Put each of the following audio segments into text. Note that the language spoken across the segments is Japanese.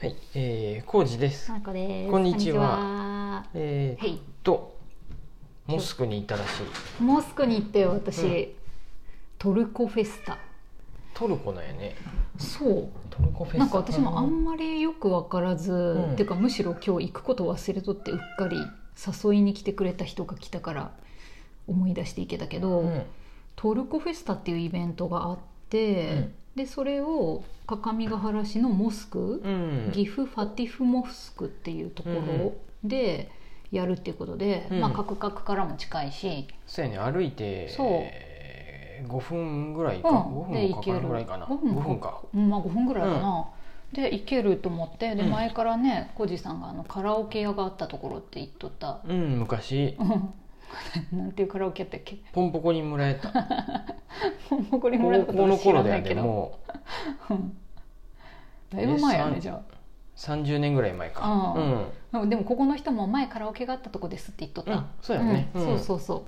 はい、えー、コウジです。なこです。こんにちはは。えー、はっい。と、モスクにいたらしい。モスクに行ったよ私、うんトルコフェスタ。トルコなんやね。そトルコフェスタ。う。なんか私もあんまりよく分からず、んてかむしろ今日行くこと忘れとってうっかり誘いに来てくれた人が来たから思い出していけたけど、うん。トルコフェスタっていうイベントがあって、うんでそれを各務原市のモスク、うん。岐阜ファティフモスクっていうところでやるっていうことで、うんまあ各々からも近いし、そうやね、歩いて、そうえー5分ぐらいか、うん5で分もかかるぐらいかな。行ける5分か。うんまあ5分ぐらいかな、で行けると思ってでうん前からねコジさんがあのカラオケ屋があったところって言っとった、 うん、昔、うん、なんていうカラオケやったっけ ポンポコにもらえた。もうこれもら高ったこ校とはの知ら頃なだいよけね、ど、もううんだいぶ前やえねじゃ30年ぐらい前か。ああうん。あでもここの人も前カラオケがあったとこですって言っとった、うん、そうやね。うんんそうそうそ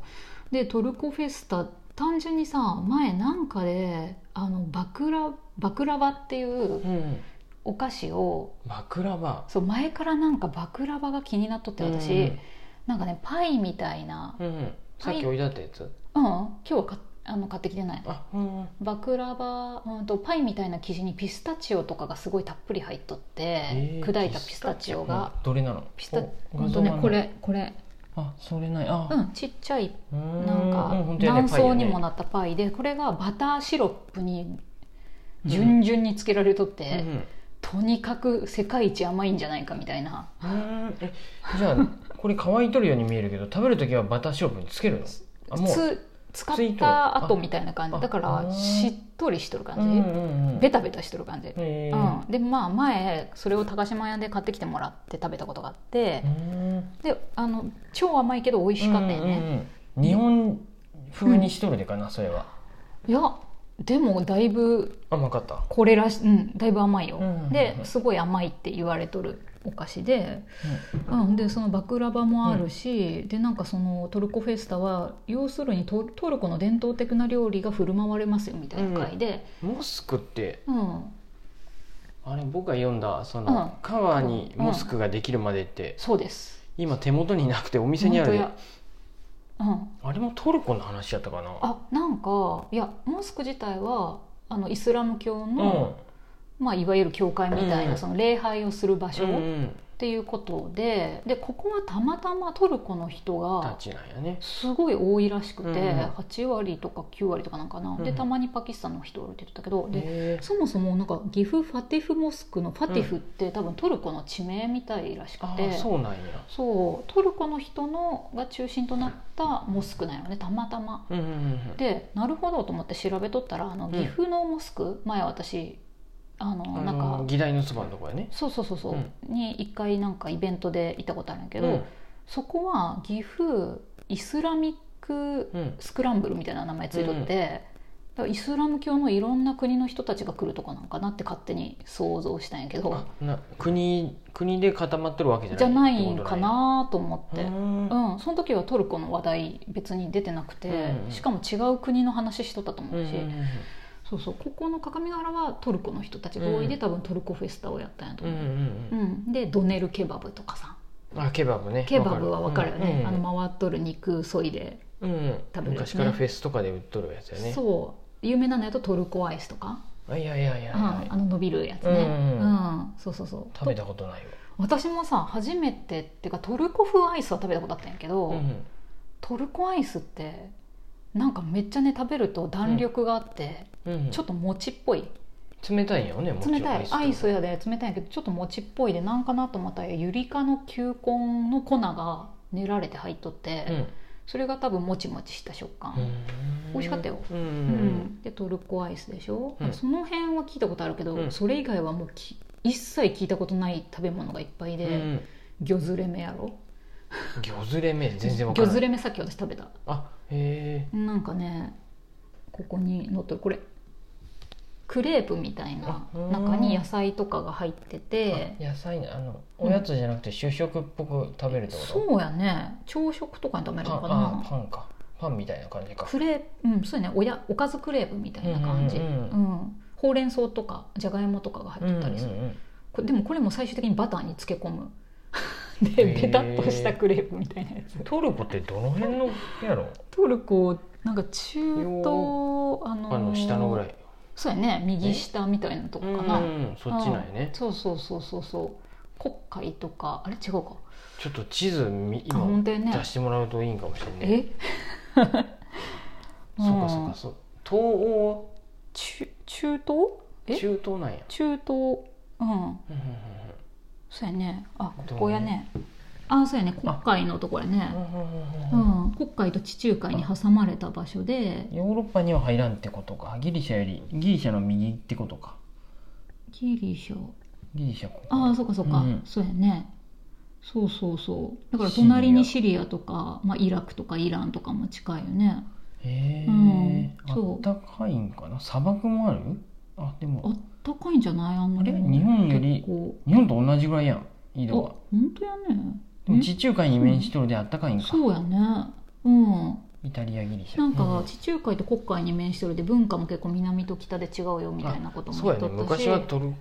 うでトルコフェスタ単純にさ前なんかであのバクラバクラバっていううん。お菓子をバクラバ。そう前からなんかバクラバが気になっとって私、うんなんかねパイみたいなうんうん。さっき置いてあったやつ。うん今日はかあの買ってきてないあ、うん。バクラバ、うん、とパイみたいな生地にピスタチオとかがすごいたっぷり入っとって、えー砕いたピスタチオが。どれなのピスタおほ画んと像ねがないこれこれあそれないあうんちっちゃいななんか何層にもなったパイでこれがバターシロップに順々につけられとって、とにかく世界一甘いんじゃないかみたいなえじゃあこれ乾いとるように見えるけど食べる時はバターシロップにつけるのあもうつ使った後みたいな感あじだかあらーしっとりしとるうんう感んうじんベタベタしとる感じ、へうん、でまあ前それを高島屋で買ってきてもらって食べたことがあってーうんであの超甘いけど美味しかったよね、うんうんうん日本風にしとるでかなそれはいやでもだいぶ甘かったこれらしうんだいぶ甘いよ、うんですごい甘いって言われとるお菓子で、うん、でそのバクラバもあるし、でなんかそのトルコフェスタは要するにトトルコの伝統的な料理が振る舞われますよみたいな回で、モスクってうんあれ僕が読んだそうのん川にモスクができるまでってそうです今手元になくてお店にあ本る当やうん、あれもトルコの話やったかなあなんかいやモスク自体はあのイスラム教うんの、まあ、いわゆる教会みたいな、うんその礼拝をする場所、うんうっんていうことででここはたまたまトルコの人がたちなんやねすごい多いらしくて、うん8割とか9割とかなんかな、うんでたまにパキスタンの人おるって言ってたけど、でへそもそもなんか岐阜ファティフモスクのファティフって、多分トルコの地名みたいらしーあくてーそうなんやそうトルコの人のが中心となったモスクなんよねたまたま。うんうんうんでなるほどと思って調べとったらあの岐阜のモスク、前私あのうんなあんか、の議題のそばのとこやねそうそうそうそう、うんに一回なんかイベントで行ったことあるんやけど、うんそこは岐阜イスラミックうんスクランブルみたいな名前ついとって、だからイスラム教のいろんな国の人たちが来るとこなんかなって勝手に想像したんやけどあな国国で固まってるわけじゃじゃなないいんかなと思っってこて、うとなんやん、その時はトルコの話題別に出てなくて、うんしかも違う国の話しとったとうん思ううんし、うんうんそうそうここの各務原はトルコの人たちが多いで、うん多分トルコフェスタをやったんやとうんう思んう、ううんんでドネルケバブとかさあケバブねケバブは分かるよね、うんあの回っとる肉そいで、うんうん食べるやつね昔からフェスとかで売っとるやつやねそう有名なのやとトルコアイスとか、あいやいやいやいうんあやの伸びるやつね、ううんんうんそうそうそう食べたことないわ私もさ初めてっていうかトルコ風アイスは食べたことあったんやけど、うんうんトルコアイスってなんかめっちゃね食べると弾力があって、うんちょっと餅っぽい冷たいんよねもちろん冷たいアイとスやで冷たいんやけどちょっと餅っぽいでなんかなと思ったらゆりかの球根の粉が練られて入っとって、うんそれが多分もちもちした食感、うん美味しかったようんうん、でトルコアイスでしょ、うんその辺は聞いたことあるけど、うんそれ以外はもうき一切聞いたことない食べ物がいっぱいうんうで、ん魚ずれ目やろ魚ずれめ全然わか魚らなずいれ目さっき私食べたあへなんかねここに載ってるこれクレープみたいなあうん中に野菜とかが入っててえ野菜ねあのおやつじゃなくて主食っぽく食べるってことそうやね朝食とかに食べるパのンかあなパンかパンみたいな感じかクレープうんそうやねおやおかずクレープみたいな感じ、ううんんうんうほうれん草とかじゃがいもとかが入ってたりする、うんうんうんこでもこれも最終的にバターに漬け込む へでーベタっとしたクレープみたいなやつトルコってどの辺のやろトルコなんか中東あのあの下のぐらいそうやね右下みたいなとうこんかなうんそっちなんやねうんそうそうそうそうそう国会とかあれ違うかちょっと地図みあ本今当やね出してもらうといいんかもしれないえ そうかそううかんそう東欧中中東え中東なんや中東うんうんうんそうやねあどうねここやねあそうやね国会のとこやねうんうんううんうんん、国会と地中海に挟まれた場所でヨーロッパには入らんってことかギリシャよりギリシャの右ってことかギリシャギリシャここああそうかそうか、うんそうやねそうそうそうだから隣にシリアとかまあ、イラクとかイランとかも近いよねへえ、うんあそうったかいんかな砂漠もあるあであもったかいんじゃないあんなあれ日本より結構日本と同じぐらいやん緯あ度は本当やでもね地中海に面しとるであったかいんえかそうやねうんイタリアギリシャなんうか地中海と黒海に面してるで文化も結構南と北で違うよみたいなこともそう言やっねとった昔し、はトル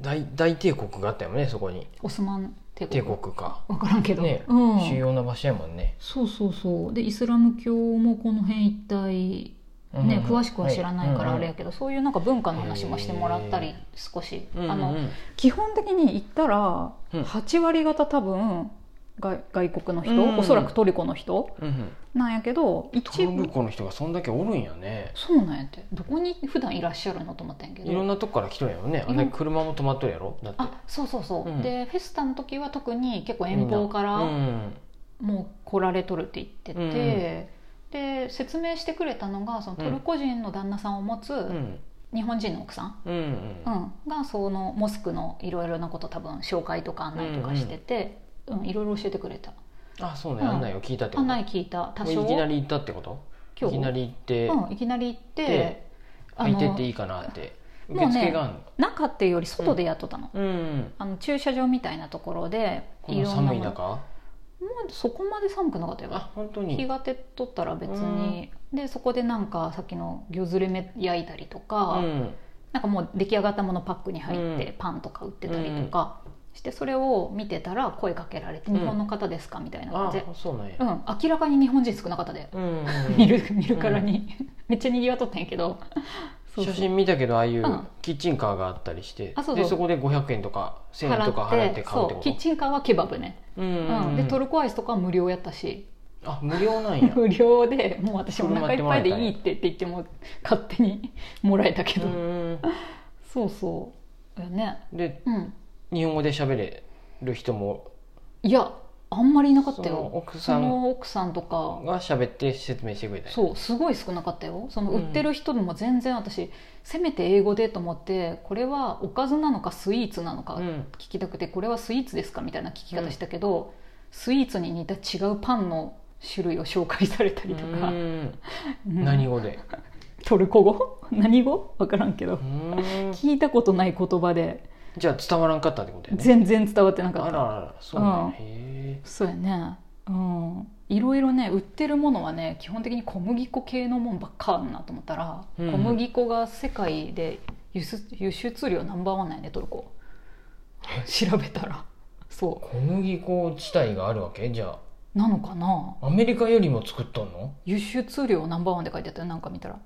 大大帝国があったよねそこにオスマン帝帝国国か分からんけど、ね、うん、主要な場所やもんねそうそうそうでイスラム教もこの辺一帯ね、詳しくは知らないからあれやけけど、そういうなんか文化の話もしてもらったり少し、ああのの基本的に行ったらうん8割方多分外外国の人、うんおそらくトルコの人なんやけどト一ル部コの人がそんだけおるんやねそうなんやってどこに普段いらっしゃるのと思ったんやけどいろんなとこから来とるんやろねあいれろん車も止まっとるやろだってあそうそうそう、うんでフェスタの時は特に結構遠方かみんらなうんもう来られとるって言ってうんうんて、で説明してくれたのがそのトルコ人の旦那さんを持つうん日本人の奥さん、うんうんがそのモスクのいろいろなこと多分紹介とか案内とかしてて、うんいろいろ教えてくれたあそうねうん案内を聞いたってこと案内聞いた多も少ういきなり行ったってことい今日きなり行ってうん、いきなり行ってであ空いのてっていいかなっても受うね付があるの中っていうより外でやっとったの,、うんあの駐車場みたいなところでこいのろんなも寒いのも中うそこまで寒くなかったよあ本当日にが照っとったら別に、でそこでなんかさっきの魚ずれ目焼いたりとか、うんなんかもう出来上がったものパックに入ってうんパンとか売ってたりとかしてそれを見てたら声かけられて「うん日本の方ですか?」みたいな感あじで、そうなんやうん、明らかに日本人少なかったで、うん見る見るからに、めっちゃ賑わっとったんやけどそうそう写真見たけどああいううんキッチンカーがあったりして、あそうそうでそこで500円とか1000円とか払って買うってそうキッこチンカーはケバブね、とうんううんんうんでトルコアイスとかは無料やったしあ無料なん や無料でもう私お車腹いっぱいでいいってって言っても勝手にもらえたけうど、んそうそうやねでうん日本語で喋れる人もいやあんまりいなかっそたのよ奥そさんの奥さんとかが喋って説明してくれたんやそうすごい少なかったよその売ってる人でも全然私、せめて英語でと思ってこれはおかずなのかスイーツなのかうん聞きたくて、これはスイーツですかみたいな聞き方したけど、スイーツに似た違うパンの種類を紹介されたりとか、うんうん何語でトルコ語 何語分からんけど、うん聞いたことない言葉でじゃあ伝わらんかったってことやね全然伝わってなあかっらたあらそうなんやへそうやねうんいろいろね売ってるものはね基本的に小麦粉系のもんばっかあんなと思ったら、うん小麦粉が世界で輸出輸出量ナンバーワンなんやねトルコ調べたらそえ小麦粉地帯があるわけじゃうなのかなあアメリカよりも作っとんの輸出量ナンバーワンって書いてあったよなんか見たら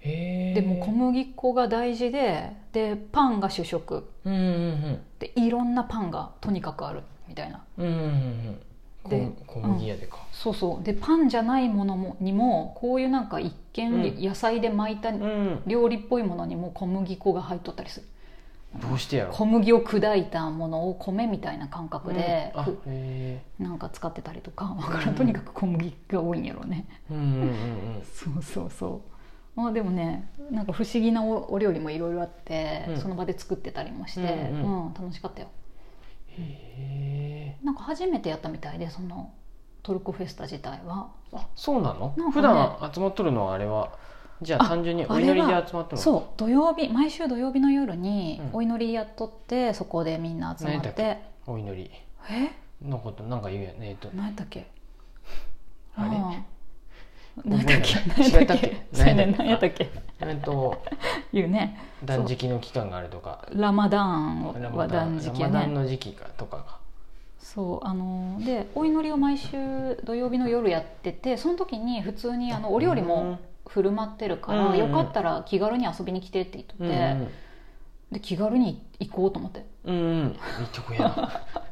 へえでも小麦粉が大事ででパンが主食うんうんでいろんなパンがとにかくあるみたいなうんうんうんうんでこ小麦やでかそうそうでパンじゃないものもにもこういうなんか一うん見野菜で巻いたうん料理っぽいものにも小麦粉が入っとったりするどうしてやろ小麦を砕いたものを米みたいな感覚で、うんあふへなんか使ってたりとかわかうらんんとにかく小麦が多いんやろうね、えうんうんうんそうそうそうまあでもねなんか不思議なおお料理もいろいろあって、うんその場で作ってたりもして、うんううん楽しかったようんへえなんか初めてやったみたいでそのトルコフェスタ自体はあそうなのなんかね普段集まっとるのはあれはじゃああ単純にあれお祈はりで集まっとるのそう土曜日毎週土曜日の夜にうんお祈りやっとって、そこでみんな集まっ何やってたっお祈りえのことなんか言うやんねえっと何やったっけあれ何やったっけ覚えない何やったっけ違ったっけそうやね何やったっけえっと言うね断食の期間があるとかラマダーンはダン断食やラマダンねの時期かとかがそうあのでお祈りを毎週土曜日の夜やっててその時に普通にあのお料理も振る舞ってるから、うんよかったら気軽に遊びに来てって言ってて、うんうんで気軽に行こうと思ってうんうんいいとこやな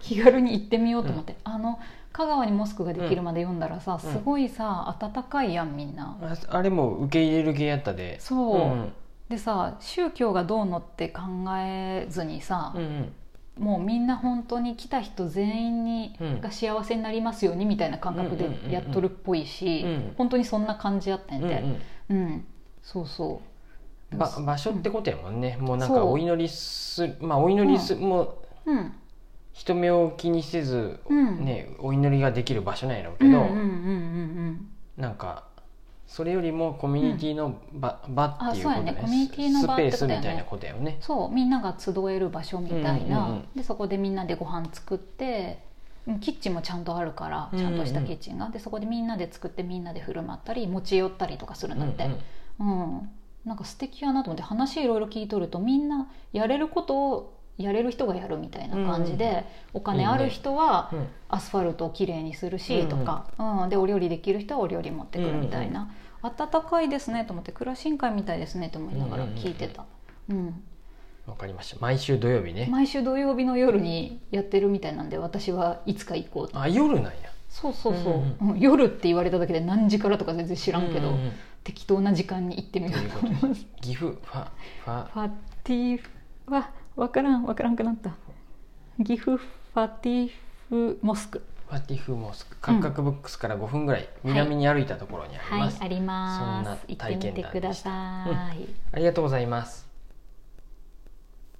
気軽に行ってみようと思って、あの香川にモスクができるまで読んだらさ、うんすごいさ暖かいやんみんな、ああれも受け入れる系やったでそう、うんでさ宗教がどうのって考えずにさう、んもうみんな本当に来た人全員に、うんが幸せになりますようにみたいな感覚うんうんうんうんでやっとるっぽいし、うん本当にそんな感じやったんうんうやんて、うんうんそうそうば場所ってことやもんね、もうなんそかうお祈りするまあお祈りす、もううん人目を気にせず、うんねお祈りができる場所なんやろううけんうんど、うんうんなんかそれよりもコミュニティの場,、場っていうことあそうやねコミュニティの場スペースってことやねみたいなことやよね。そうみんなが集える場所みたいな、うんうんうんでそこでみんなでご飯作ってうんキッチンもちゃんとあるからうんうんちうゃんんとしたキッチンが、でそこでみんなで作ってみんなで振る舞ったり持ち寄ったりとかするんだって、うん、なんか素敵やなと思って話いろいろ聞いとるとみんなやれることをやれる人がやるみたいな感じで、うんうんお金ある人はうんアスファルトをきれいにするしとか、うんでお料理できる人はお料理持ってくるみたいな、暖かいですねと思ってクラシン会みたいですねと思いながら聞いてた、うんわかりました毎週土曜日ね、毎週土曜日の夜にやってるみたいなんで私はいつか行こうとあ夜なんやそうそうそう、ううんん夜って言われただけで何時からとか全然知らんけど、うんうんうん適当な時間に行ってみようと思います。 岐阜ファファファティフはわからんわからんくなった岐阜ファティフモスクファティフモスクカクカクブックスから5分ぐらい南に歩いたところにありはまいす、ありますそんな体験談でした行ってみてください、ありがとうございます